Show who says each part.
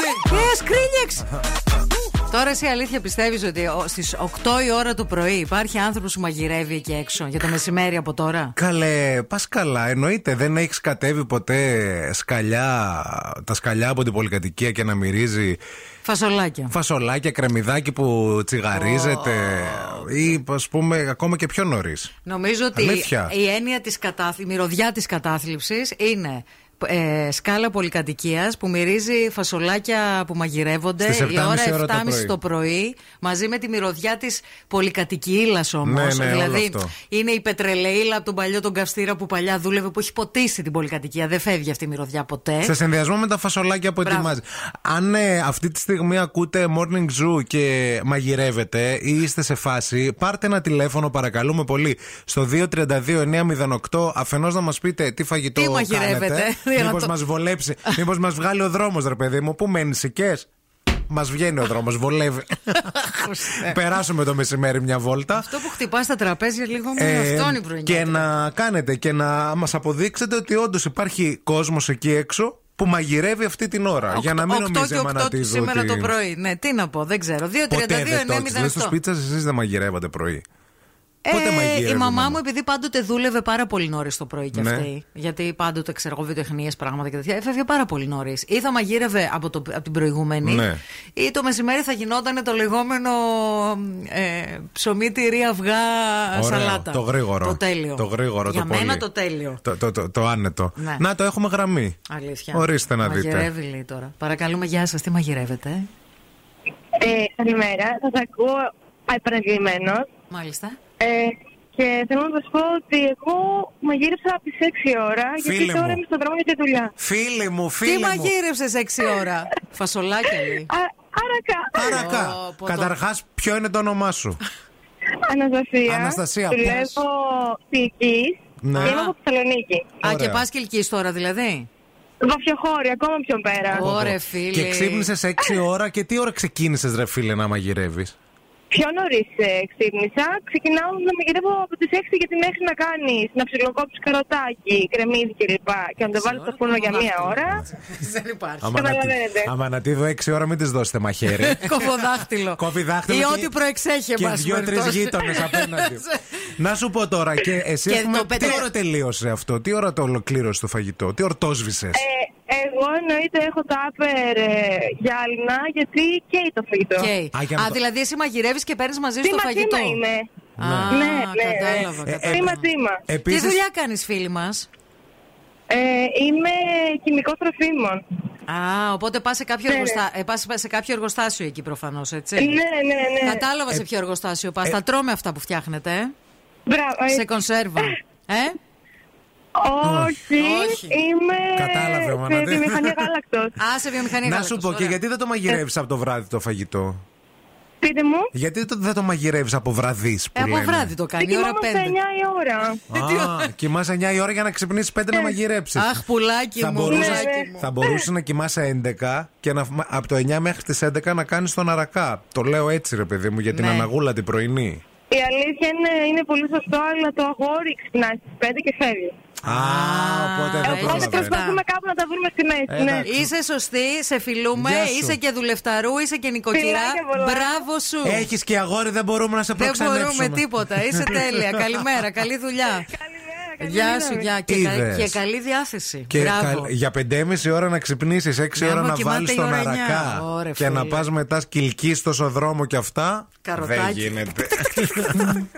Speaker 1: αυτή.
Speaker 2: Ε, σκρίνιεξ! Τώρα εσύ αλήθεια πιστεύεις ότι στι 8 η ώρα το πρωί υπάρχει άνθρωπος που μαγειρεύει εκεί έξω για το μεσημέρι από τώρα.
Speaker 1: Καλέ, πας καλά. Εννοείται, δεν έχεις κατέβει ποτέ σκαλιά, τα σκαλιά από την πολυκατοικία και να μυρίζει.
Speaker 2: Φασολάκια.
Speaker 1: Φασολάκια, κρεμμυδάκι που τσιγαρίζεται. ή ας πούμε ακόμα και πιο νωρίς.
Speaker 2: Νομίζω ότι
Speaker 1: Αλήθεια.
Speaker 2: η έννοια της κατάθλιψης, η μυρωδιά της κατάθλιψης είναι ε, σκάλα πολυκατοικίας που μυρίζει φασολάκια που μαγειρεύονται
Speaker 1: Στις 7.30
Speaker 2: η ώρα
Speaker 1: ώρα το
Speaker 2: 7.30
Speaker 1: πρωί.
Speaker 2: το πρωί μαζί με τη μυρωδιά της πολυκατοικίας όμως.
Speaker 1: Ναι, ναι,
Speaker 2: δηλαδή
Speaker 1: όλο αυτό.
Speaker 2: είναι η πετρελαίλα από τον παλιό τον καυστήρα που παλιά δούλευε που έχει ποτίσει την πολυκατοικία. Δεν φεύγει αυτή η μυρωδιά ποτέ.
Speaker 1: Σε συνδυασμό με τα φασολάκια που
Speaker 2: ε. Μπράβο.
Speaker 1: ετοιμάζει. Αν ε, αυτή τη στιγμή ακούτε morning zoo και μαγειρεύετε ή είστε σε φάση, πάρτε ένα τηλέφωνο παρακαλούμε πολύ στο 232-908 αφενός να μας πείτε τι φαγητό
Speaker 2: Τι μαγειρεύετε, για να
Speaker 1: Μήπω
Speaker 2: το-
Speaker 1: μα βολέψει, μήπως μας βγάλει ο δρόμος, ρε παιδί μου, που μένεις οικέ. Μας βγαίνει ο δρόμος, βολεύει. Περάσουμε το μεσημέρι μια βόλτα.
Speaker 2: Αυτό που χτυπάς στα τραπέζια λίγο με
Speaker 1: Ε,
Speaker 2: αυτό είναι Ναι, η πρωινή.
Speaker 1: και να κάνετε και να μας αποδείξετε ότι όντως υπάρχει κόσμος εκεί έξω που μαγειρεύει αυτή την ώρα. για να μην
Speaker 2: Οκτώ-
Speaker 1: νομίζεις
Speaker 2: οκτώ και οκτώ
Speaker 1: εμανατίζω
Speaker 2: σήμερα
Speaker 1: ότι
Speaker 2: το πρωί. Ναι, τι να πω, δεν ξέρω. 232-908.
Speaker 1: Ποτέ δεν το έχεις. Δηλαδή στους πίτσας εσείς δεν μαγειρεύατε πρωί. Πότε
Speaker 2: Ε,
Speaker 1: μαγείρευε
Speaker 2: η
Speaker 1: η
Speaker 2: μαμά
Speaker 1: μαμά?
Speaker 2: μου, επειδή πάντοτε δούλευε πάρα πολύ νωρίς το πρωί κι
Speaker 1: Ναι.
Speaker 2: αυτή. Γιατί πάντοτε ξέρω εγώ βιοτεχνίες, πράγματα και τέτοια. Έφευγε πάρα πολύ νωρίς. Ή θα μαγείρευε από, το, από την προηγούμενη,
Speaker 1: Ναι.
Speaker 2: ή το μεσημέρι θα γινόταν το λεγόμενο ε, ψωμί, τυρί, αυγά,
Speaker 1: Ωραίο.
Speaker 2: σαλάτα.
Speaker 1: Το γρήγορο.
Speaker 2: Το τέλειο.
Speaker 1: Το γρήγορο,
Speaker 2: Για
Speaker 1: το
Speaker 2: μένα
Speaker 1: πολύ.
Speaker 2: το τέλειο.
Speaker 1: Το, το, το, το άνετο.
Speaker 2: Ναι.
Speaker 1: Να το έχουμε γραμμή.
Speaker 2: Αλήθεια.
Speaker 1: Ορίστε να δείτε.
Speaker 2: Μαγειρεύει λέει τώρα. Παρακαλούμε, γεια σας, τι μαγειρεύετε. ε?
Speaker 3: Ε, καλημέρα. Σας ακούω επαναλημμένο.
Speaker 2: Μάλιστα.
Speaker 3: Ε, και θέλω να σας πω ότι εγώ μαγείρεψα από τι 6 ώρα,
Speaker 1: Φίλε
Speaker 3: γιατί τώρα
Speaker 1: μου.
Speaker 3: είμαι στον δρόμο για τη δουλειά.
Speaker 1: Φίλη μου, φίλη
Speaker 2: Τι
Speaker 1: μου.
Speaker 2: μαγείρευσε 6 ώρα. Φασολάκια λέει.
Speaker 3: Α, Άρακα.
Speaker 1: Παρακά.
Speaker 2: Ω, πω, το-
Speaker 1: Καταρχάς, ποιο είναι το όνομά σου.
Speaker 3: Αναστασία.
Speaker 1: Αναστασία, πες.
Speaker 3: Δουλεύω ποιητής.
Speaker 1: Ναι.
Speaker 3: Είμαι από Θεσσαλονίκη.
Speaker 2: Α,
Speaker 1: Ωραία.
Speaker 2: και πα κυλκή τώρα δηλαδή.
Speaker 3: Βαφιοχώρη, ακόμα πιο πέρα.
Speaker 2: Ω. Ωρε, φίλη.
Speaker 1: Και ξύπνησες 6 ώρα και τι ώρα ξεκίνησες, ρε φίλε, να μαγειρεύεις.
Speaker 3: Πιο νωρίς ε, ξύπνησα. Ξεκινάω να μαγειρεύω από τις 6 γιατί μέχρι να κάνεις να ψιλοκόψει καροτάκι, κρεμμύδι κλπ. Και να το βάλεις στο φούρνο για μία ώρα.
Speaker 2: Δεν υπάρχει.
Speaker 1: Άμα να τη-
Speaker 3: Καταλαβαίνετε.
Speaker 1: Άμα να τη δω 6 ώρα, μην της δώσετε μαχαίρι.
Speaker 2: Κόβω δάχτυλο.
Speaker 1: Ε. Κόβει δάχτυλο.
Speaker 2: Ή
Speaker 1: και-
Speaker 2: ό,τι προεξέχει, εν
Speaker 1: Και
Speaker 2: πάση
Speaker 1: δυο-τρει
Speaker 2: περιπτώσει.
Speaker 1: γείτονες απέναντι. Να σου πω τώρα, και εσύ.
Speaker 2: Και
Speaker 1: ας πούμε,
Speaker 2: το πετρέ-
Speaker 1: Τι ώρα τελείωσε αυτό, τι ώρα το ολοκλήρωσε το φαγητό, τι ορτόσβησε.
Speaker 3: Ε, εγώ εννοείται έχω τα άπερ ε, γυάλινα γιατί καίει το φαγητό.
Speaker 2: Οκ.
Speaker 1: Α, και να
Speaker 2: Α,
Speaker 1: το-
Speaker 2: δηλαδή εσύ μαγειρεύεις και παίρνεις μαζί
Speaker 3: Τι
Speaker 2: σου το φαγητό.
Speaker 3: είμαι.
Speaker 2: Α,
Speaker 3: Ναι, ναι, ναι.
Speaker 2: κατάλαβα.
Speaker 1: Ε, ε,
Speaker 2: κατάλαβα.
Speaker 3: Τίμα, τίμα.
Speaker 2: Τι δουλειά κάνεις, φίλη μας.
Speaker 3: Ε, είμαι χημικό τροφίμων.
Speaker 2: Α, οπότε πας σε, κάποιο
Speaker 3: Ναι, ναι.
Speaker 2: εργοστα... ε, πας σε κάποιο εργοστάσιο εκεί προφανώς, έτσι.
Speaker 3: Ναι, ναι, ναι.
Speaker 2: Κατάλαβα
Speaker 1: Ε,
Speaker 2: σε ποιο εργοστάσιο πας. Τα τρώμε αυτά που φτιάχνετε. ε.
Speaker 3: Μπράβο. ε,
Speaker 2: Σε κονσέρβα. Ε?
Speaker 3: Όχι,
Speaker 2: Όχι.
Speaker 3: είμαι
Speaker 1: Κατάλαβε, μάνα.
Speaker 3: σε βιομηχανία γάλακτος.
Speaker 2: Α, σε βιομηχανία.
Speaker 1: Να σου
Speaker 2: γάλακτος,
Speaker 1: πω και
Speaker 2: ωραία.
Speaker 1: γιατί δεν το μαγειρεύεις από το βράδυ το φαγητό.
Speaker 3: Πείτε μου.
Speaker 1: Γιατί το- δεν το μαγειρεύεις από βραδύς που
Speaker 2: Ε, από
Speaker 1: λένε.
Speaker 2: βράδυ το κάνει, η ώρα
Speaker 3: Ξεκινάμε
Speaker 2: 5.
Speaker 3: στα 9 η ώρα.
Speaker 1: Α, κοιμάσαι 9 η ώρα για να ξυπνήσεις 5 να μαγειρέψει.
Speaker 2: Ε, Αχ, πουλάκι
Speaker 1: Θα
Speaker 2: μου.
Speaker 1: μπορούσες,
Speaker 3: Ναι,
Speaker 2: πουλάκι μου.
Speaker 1: θα μπορούσες να κοιμάσαι 11 και να, από το 9 μέχρι τις 11 να κάνεις τον αρακά. Το λέω έτσι ρε παιδί μου για την
Speaker 2: Ναι.
Speaker 1: αναγούλα την πρωινή.
Speaker 3: Η αλήθεια είναι, είναι πολύ σωστό, αλλά το αγόρι ξυπνάει στις 5 και φεύγει.
Speaker 1: Α, οπότε
Speaker 2: Ε,
Speaker 1: δεν
Speaker 2: οπότε
Speaker 3: Οπότε
Speaker 2: πρόλαβε.
Speaker 3: προσπαθούμε κάπου να τα βρούμε στη μέση. Ναι.
Speaker 1: Ε, Εντάξει.
Speaker 2: Είσαι σωστή, σε φιλούμε,
Speaker 1: Γεια σου.
Speaker 2: είσαι και δουλευταρού, είσαι και νοικοκυρά.
Speaker 3: Φιλάκια πολλά.
Speaker 2: Μπράβο σου.
Speaker 1: Έχεις και αγόρι, δεν μπορούμε να σε
Speaker 2: Δεν μπορούμε
Speaker 1: προξενέψουμε.
Speaker 2: τίποτα. Είσαι τέλεια. Καλημέρα, καλή δουλειά.
Speaker 3: Καλημέρα, καλή
Speaker 2: Γεια σου,
Speaker 3: δύναμη.
Speaker 2: γεια. Και, κα-
Speaker 1: Είδες.
Speaker 2: και καλή διάθεση.
Speaker 1: Και
Speaker 2: Μπράβο.
Speaker 1: καλ- για 5,5 ώρα να ξυπνήσεις 6
Speaker 2: Ναι,
Speaker 1: ώρα
Speaker 2: άμα
Speaker 1: να
Speaker 2: κοιμάται
Speaker 1: βάλεις
Speaker 2: η
Speaker 1: τον
Speaker 2: ώρα εννιά.
Speaker 1: αρακά
Speaker 2: Ωρε,
Speaker 1: και να
Speaker 2: φίλε.
Speaker 1: πας μετά σκυλκή στο σοδρόμο και αυτά.
Speaker 2: Καροτάκι.
Speaker 1: Δεν γίνεται.